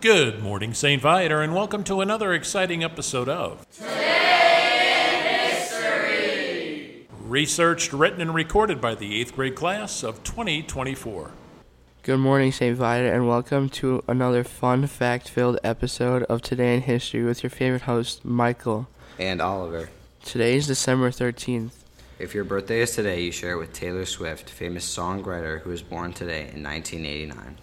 Good morning, St. Viator, and welcome to another exciting episode of Today in History. Researched, written, and recorded by the 8th grade class of 2024. Good morning, St. Vida, and welcome to another fun fact filled episode of Today in History with your favorite host, Michael. and Oliver. Today is December 13th. If your birthday is today, you share it with Taylor Swift, famous songwriter who was born today in 1989.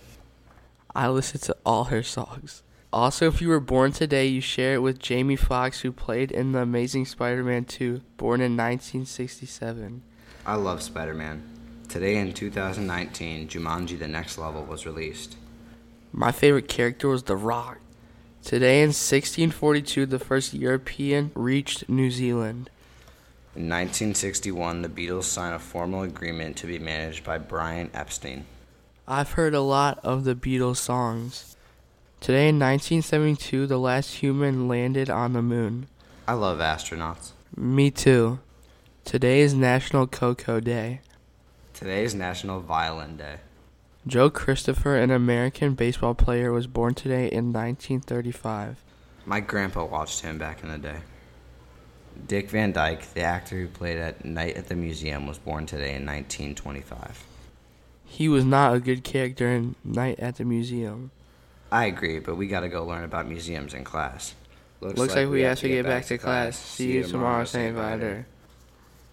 I listen to all her songs. Also, if you were born today, you share it with Jamie Foxx, who played in The Amazing Spider Man 2, born in 1967. I love Spider Man. Today in 2019, Jumanji The Next Level was released. My favorite character was The Rock. Today in 1642, the first European reached New Zealand. In 1961, the Beatles signed a formal agreement to be managed by Brian Epstein. I've heard a lot of the Beatles songs. Today in 1972, the last human landed on the moon. I love astronauts. Me too. Today is National Cocoa Day. Today is National Violin Day. Joe Christopher, an American baseball player, was born today in 1935. My grandpa watched him back in the day. Dick Van Dyke, the actor who played at Night at the Museum, was born today in 1925. He was not a good character in Night at the Museum. I agree, but we gotta go learn about museums in class. Looks like we have to get back to class. See you tomorrow, St. Vider.